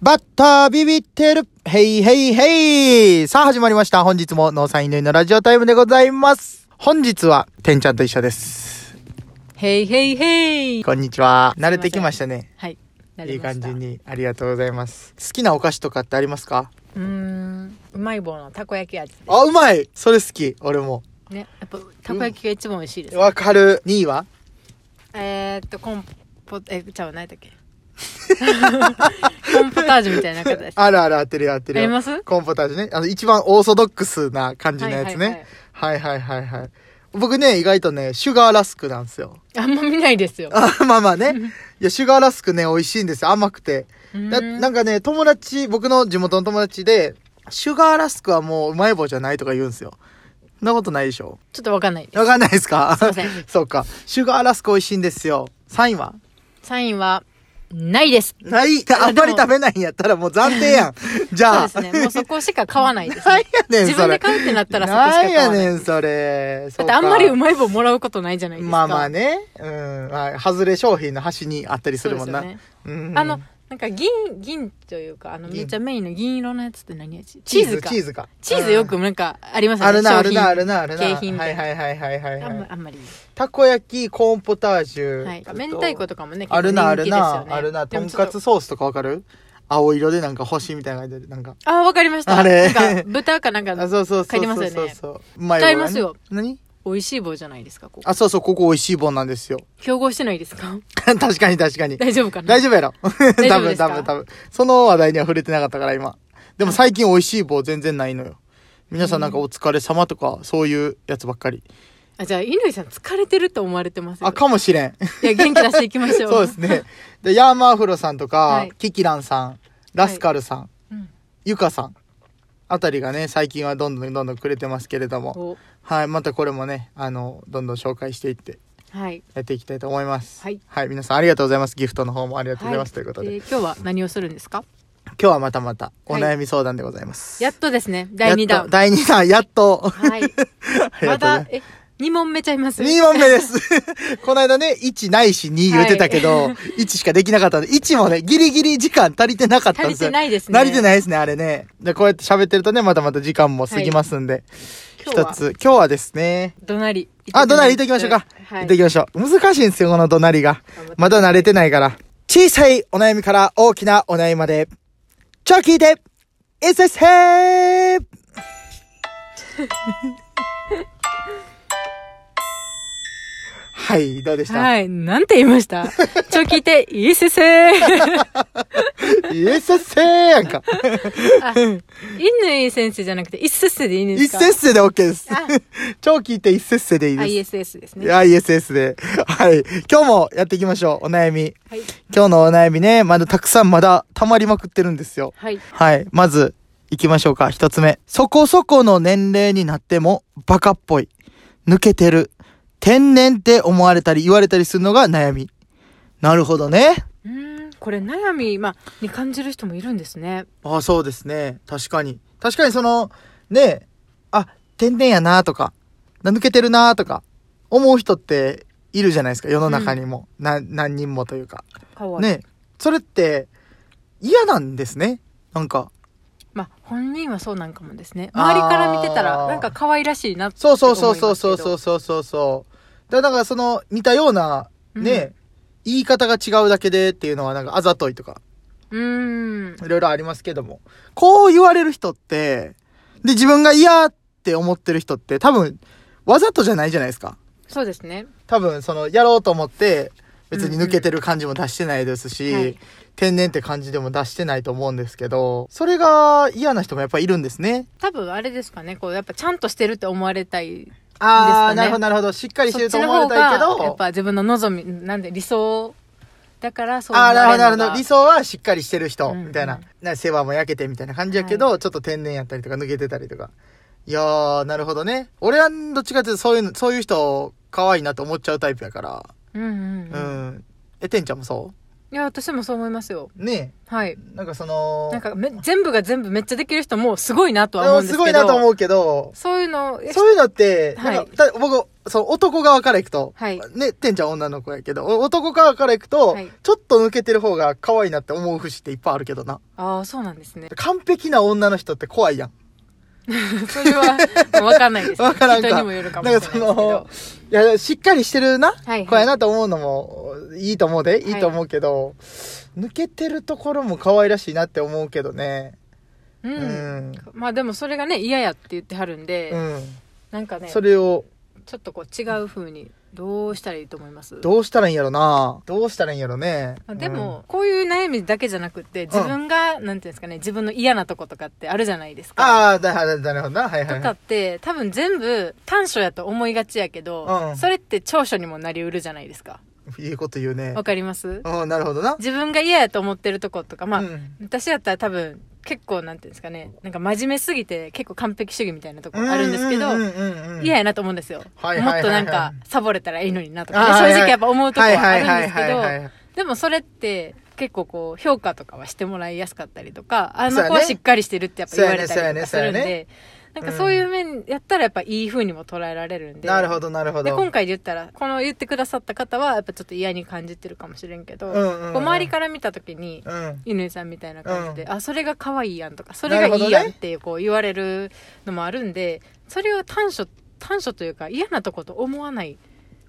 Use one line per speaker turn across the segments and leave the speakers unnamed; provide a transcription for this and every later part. バッタービビってるヘイヘイヘイさあ始まりました。本日も農産犬のラジオタイムでございます。本日は、てんちゃんと一緒です。
へいへいへい。
こんにちは。慣れてきましたね。
はい。慣
い
れ
い
ま
感
した
じ。に。ありがとうございます。好きなお菓子とかってありますか
うーん。うまい棒のたこ焼き味。
あ、うまいそれ好き。俺も。
ね。やっぱ、たこ焼きが一番美味しいです。
わかる。2位は
えーっと、コンポ、え、ちゃう、何だっけ コンポタージュみたいな方です。
あるある当てるよ当てるよ。
あります
コンポタージュね。あの、一番オーソドックスな感じのやつね。はいはいはいはい。僕ね、意外とね、シュガーラスクなんですよ。
あんま見ないですよ。
あ まあまあね。いや、シュガーラスクね、美味しいんですよ。甘くて。
うーん
だなんかね、友達、僕の地元の友達で、シュガーラスクはもううまい棒じゃないとか言うんですよ。そんなことないでしょ
ちょっとわかんないです。
わかんないですか
すいません
そうか。シュガーラスク美味しいんですよ。3位は
サインは、ないです。
ない。あんまり食べないんやったらもう暫定や ん。じゃあ。
そうですね。もうそこしか買わないです、
なん
ね。
やねん、
自
そ
分
れ
で。買うってなったらそこし
な
か
ん
買わ
や
ない。
ねん、それ。
だ
そ
っ
う
て
か
あんまりうまい棒もらうことないじゃないですか。
まあまあね。うん。まあ、外れ商品の端にあったりす
そう
るも
です
ん
よ
な。
ね。
うん
あの、なんか銀、銀というか、あの、
銀
めっちゃメインの銀色のやつって何味チーズか。
チーズか。
チーズよくなんかありますよね。
あるな、あ
商
る
品
な、あるな、あるな。
景品み
は
た
い
いな。
はいはいはいはい
あんま
はい。
あんまり。
たこ焼き、コーンポタージュ。
はい。明太子とかもね、
あるな、ある
結構人気ですよ
な、
ね
あるな。
で
と
も
ん
ちょ
か
っ
つソースとかわかる青色でなんか星みたいな感じで、なんか。
あ、わかりました。
あれ
なんか、豚かなん
あ、
か、
そうそうそうそう。
書いてますよね
そうそう。うまい棒
使
が
い
ね
ますよ。
何
美味しい棒じゃないですか、ここ。
あ、そうそう、ここ美味しい棒なんですよ。
競合してないですか
確かに確かに。
大丈夫かな
大丈夫やろ。
夫
多
で
分
すか
多分多分。その話題には触れてなかったから今。でも最近美味しい棒全然ないのよ。皆さんなんかお疲れ様とか、そういうやつばっかり。
あ、じゃあ、乾さん疲れてると思われてますよ
あ、かもしれん。
いや、元気出していきましょう。
そうです。ね。で、ヤーマーフロさんとか、
はい
キキランさん、ラスカルさん、
うん
ユカさん、あたりがね、最近はどんどんどんどんくれてますけれども、
お
はい、またこれもね、あの、どんどん紹介していって、
はい。
やっていきたいと思います。
はい。
皆さんありがとうございます。ギフトの方もありがとうございます。
は
ということ
え
で、
ー今日は何をするんですか
今日はまたまた、お
はい
悩み相談でございます。
やっとですね、第2
やっと
弾。
第2弾、やっと。
はい。
あり
ま
がとうございま
だ
す。、
え、2問目ちゃいます
2問目です。この間ね、1ないし2言ってたけど、1しかできなかったんで、1もね、ギリギリ時間足りてなかったんですよ。
足りてないですね
足りてないですね、あれね。で、こうやって喋ってるとね、またまた時間も過ぎますんで。
今
一、
日は
つ、今日はですね。
どなり。
あ、どなり言ってきましょうか。
はい。
言ってきましょう。難しいんですよ、このどなりが
頑張って。
まだ慣れてないから。小さいお悩みから大きなお悩みまで。ちょ、聞いていっせっせー はい、どうでした、
はい。なんて言いましたちょ、聞いて、いい先生。
イエスッセーやんか。
犬先生じゃなくて、いっせっせで いいんで
一
すか
節制で OK です
あ。
超聞いて一節制でいいです。
?ISS ですね。
いや、ISS で。はい。今日もやっていきましょう。お悩み。
はい。
今日のお悩みね、まだたくさんまだ溜まりまくってるんですよ。
はい。
はい。まず、行きましょうか。一つ目。そこそこの年齢になっても、バカっぽい。抜けてる。天然って思われたり言われたりするのが悩み。なるほどね。
うーん、これ悩み、まあ、に感じる人もいるんですね。
ああ、そうですね。確かに。確かにその、ねえ、あ、天然やなとか、な抜けてるなとか、思う人っているじゃないですか。世の中にも。な何人もというか。
かわいい。
ねえそれって、嫌なんですね。なんか。
まあ、本人はそうなんかもですね。周りから見てた
あ
ら、
ー
なんか可愛らしいなって
そう
思い
そう
ますけど。
そうそうそうそうそうそうそう。だからなんかその、似たような、ねえ、言い方が違うだけでっていうのはなんかあざといとか、
うーん。
いろいろありますけども。こう言われる人って、で、自分が嫌って思ってる人って、多分、わざとじゃないじゃないですか。
そうですね。
多分、その、やろうと思って、別に抜けてる感じも出してないですし、
うんうんはい
天然って感じでも出してないと思うんですけど、それが嫌な人もやっぱいるんですね。
多分、あれですかね。こう、やっぱちゃんとしてるって思われたい
あー、
いいですかね
なるほど、なるほど。しっかりして
そっ
ると
ちの
思わ
方
れ
が
たいけど、
やっぱ自分の望みなんで理想だからそう
ああ、なるほど、なる
の
ほ
が
ど。理想はしっかりしてる人、
うん
みたいな。な世話も焼けてみたいな感じやけど、
は
ちょっと天然やったりとか抜けてたりとか。いやー、なるほどね。俺はどっちかっていうとそういうの、そういう人、可愛いなと思っちゃうタイプやから。
うんうん
う
うん
ん。え、てんちゃんもそ
いや、私もそう思いますよ。
ね
はい。
なんかその、
なんかめ、全部が全部めっちゃできる人もすごいなとは思
あの
うんで
す
すけど。
ごいなと思うけど、
そういうの、え
そういうのって、
はい
なんかた僕、その男側から行くと、
はい
ね、てんちゃん女の子やけど、お男側から行くと、
はい
ちょっと抜けてる方が可愛いなって思う節っていっぱいあるけどな。
ああ、そうなんですね。
完璧な女の人って怖いやん。
それは、もうわかんないで す。
わからんか
人にもよるかもしれないですけ
なんかその
ど。
いや、しっかりしてるな、
はい
子やなと思うのも、いいと思うで、いいと思うけど、抜けてるところも可愛らしいなって思うけどね。
うん。
うん
まあでもそれがね、嫌やって言ってはるんで、
うん。
なんかね、
それを、
ちょっとこう違う風に、どうしたらいいと思います
どうしたらいいんやろな。どうしたらいいんやろね。
まあでも、こういう悩みだけじゃなくて、自分が、なんていうんですかね、自分の嫌なとことかってあるじゃないです
うん、
か。
ああ、だ、だ、なるほどな。はいはい、
と
は
か
い
っ。て、多分全部短所やと思いがちやけど、
うん
それって長所にもなりうるじゃないですか。
いいこと言うね
わ。かります
うん、なるほどな。
自分が嫌やと思ってるとことか、まあ、
うん
私やったら多分結構なんていうんですかね、なんか真面目すぎて結構完璧主義みたいなとこあるんですけど、
うんうんうんうん
嫌やなと思うんですよ。
はいはいはいはい
もっとなんか、サボれたらいいのになと
あ
か
はい
ね、
はい
正直やっぱ思うとこはあるんですけ
はいはいはいはいは
ど
い、
でもそれって結構こう、評価とかはしてもらいやすかったりとか、あ
そうやね
の子はしっかりしてるってやっぱ言われ
そうや
た
ね
りとかす
そうや
る
ね
ん
そうや
で、なんかそういう面やったらやっぱいい風にも捉えられるんで。
なるほど、なるほど。
で、今回で言ったら、この言ってくださった方はやっぱちょっと嫌に感じてるかもしれんけど、
うんうんうん
こう周りから見た時に、
うん。
犬さんみたいな感じで、
う
あそれが可愛いやんとかそれがいいやんってこう言われるのもあるんでそれを短所短所というか嫌なとこと思わない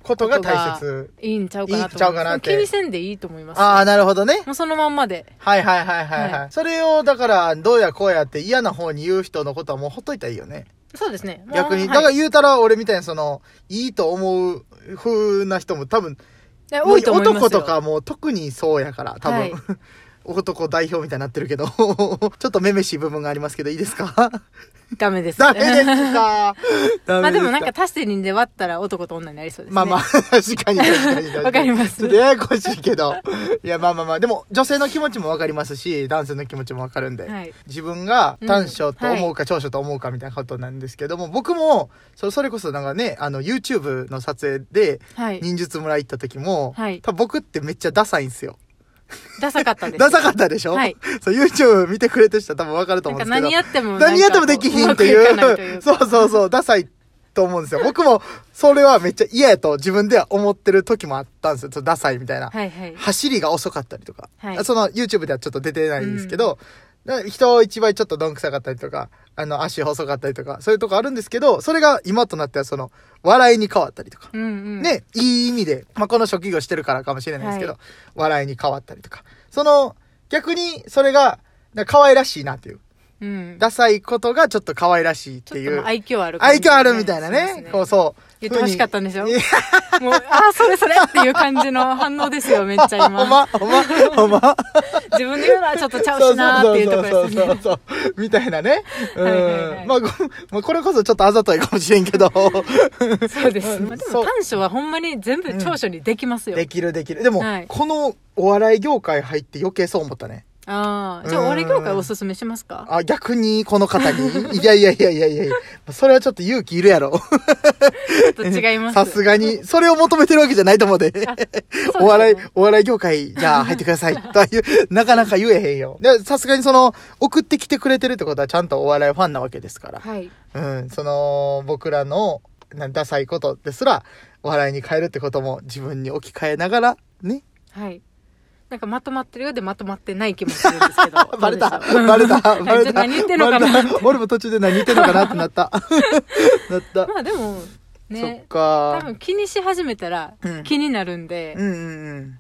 ことが大切。
いいんちゃうかなと思
いいんちゃうかなって
気にせんでいいと思います
ああ、なるほどね。
もうそのまんまで
はいはいはいはいは。
はい
それを、だから、どうやこうやって嫌な方に言う人のことはもうほっといたらいいよね。
そうですねもう
逆に。
は
だから
い
言うたら、俺みたいにその、いいと思う風な人も多分、
いや多いと思いますよ
男とかもう特にそうやから、多分。
はい
男代表みたいになってるけど、ち ょっとめめしい部分がありますけど、いいですか
ダメです
ダメですかダ
まあ
メ
ですもなんか足して人で割ったら男と女になりそうですね
まあまあ、確かに確かに確かに。
わかります
ちょっとややこしいけど。 いや、まあまあまあ、でも女性の気持ちもわかりますし、男性の気持ちもわかるんで。
はい
自分が短所と
うん
思うか長所と思うかみたいなことなんですけども、僕も、それそれこそなんかね、あの、YouTube の撮影で、
はい
忍術村行った時も、
はい
多分僕ってめっちゃダサいんですよ。
ダサかったです
ダサかったでしょ、
はい
そう YouTube 見てくれてる人は多分わかると
なん
思うん
か
ですけど。
何やってもなんか
何やってもできひんっていう
まくかなというか
そうそうそう、ダサいと思うんですよ。僕も、それはめっちゃ嫌やと自分では思ってる時もあったんですよ。ちょっとダサいみたいな。
はいはい
走りが遅かったりとか。
はい
その YouTube ではちょっと出てないんですけど、な人一倍ちょっとどんくさかったりとか、あの、足細かったりとか、そういうとこあるんですけど、それが今となってはその、笑いに変わったりとか。
うんうん
ね、いい意味で、まあ、この職業してるからかもしれないですけど、
は
笑いに変わったりとか。その、逆に、それが、なんか可愛らしいなっていう。
うん
ダサいことがちょっと可愛らしいっ
ち
て
ょっ
い
とま
う
あ。愛嬌ある感
愛
じで
嬌あるみたいな
そう
ね
で。す
こうそう。
言って欲しかったんでしょ
ふうにいや
もう、ああ、それそれっていう感じの反応で すよ、めっちゃ
ほん
今。
ま、ほんま、ほんま。
自分で言うのはちょっとちゃうしなーっていうとこ ろです
そう
ね。
そうそうそう。みたいなね。う
はいはいは
ん。
い
まあご、まあこれこそちょっとあざといかもしれんけ ど。
そうです。まあで
そ
も
う
短所はほんまに全部長所にできますよ。
できるできる。でも
はい、
このお笑い業界入って余計そう思ったね。
ああ、じゃ
うん
あ俺業界おすすめしますか
あ、逆にこの方に。 いやいやいやいやいやいや。それはちょっと勇気いるやろ。
ちょっと違います。
さすがに。それを求めてるわけじゃないと思うで。
そうですよね
お笑い、お笑い業界、じゃあ入ってくだ さい。とはいう、なかなか言えへんよ。で、さすがにその、送ってきてくれてるってことはちゃんとお笑いファンなわけですから。
はい。
うん、その、僕らの、なダサいことですら、お笑いに変えるってことも自分に置き換えながら、ね。
はい。なんかまとまってるようでまとまってない気もするんですけ ど。
バレた
どうでしょう
バレた バレ
じゃ
た
あ何言ってんのかな
バレた俺も途中で何言ってんのかなってな った。なった。
まあでも、
そっ
ね。多
か
分気にし始めたら
うん
気になるんで、
うんうんうん。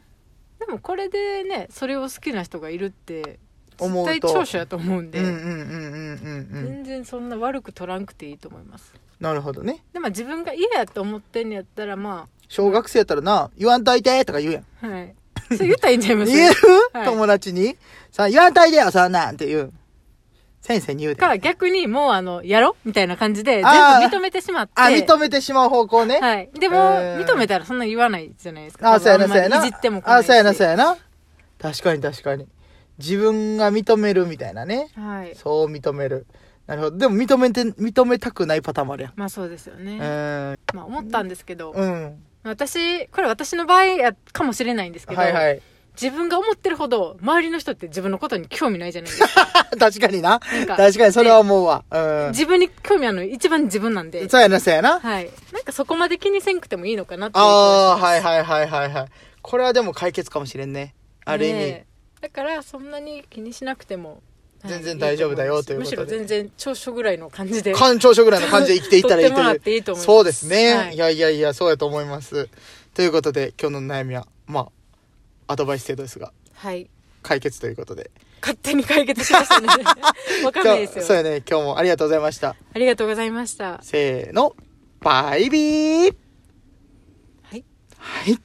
でもこれでね、それを好きな人がいるって、
思う
絶
と
対長所やと思うんで、
うんうんうんうんうんうん。
全然そんな悪く取らんくていいと思います
なるほどね。
でも自分が嫌やと思ってんのやったらま
小学生やったらな、言わんといてとか言うやん。
あはいそれ言ったらいいんちゃいま す
言える、
はい
友達に。さあ、言わんといてよ、そんなんって言う。先生に言うで。
か逆にもうあのやろみたいな感じで全部
あー
認めてしまって
あ、認めてしまう方向ね。
はいでも、
えー
認めたらそんな言わないじゃないですか
あ、そうやな、
多
そう
分
や
んま
な。
りいじっても来ないし
あ、そうやな、そうやな。確かに確かに。自分が認めるみたいなね。
はい
そう認める。なるほど。でも認めて、認めたくないパターンもあるやん。
まあそうですよね、
うん。
まあ思ったんですけど、
うん。
私これ私の場合やかもしれないんですけど、
はいはい。
自分が思ってるほど、周りの人って自分のことに興味ないじゃないですか。
確かにな。
なんか
確かにそれは思うわ。うん。
自分に興味あるの一番自分なんで。
そうやな、そうやな。
はい。なんかそこまで気にせんくてもいいのかなっていう気
ああ、
がします
はいはいはいはいはい。これはでも解決かもしれんね。ある意味。
ねえだからそんなに気にしなくても、はい
全然大丈夫だよということで
むしろ全然長所ぐらいの感じで
官庁所ぐらいの感じで生きていったらいいと
取っても
い
ら
う。
っていいと思います
そうですね。
はい
い、やいやいや、そうやと思います。ということで、今日の悩みは、まあ、アドバイス程度ですが、
はい
解決ということで。
勝手に解決しまし たねわかんないで
今
す
日
よ
そうやね。今日もありがとうございました。
ありがとうございました
せーの、バイビー
はい
はい。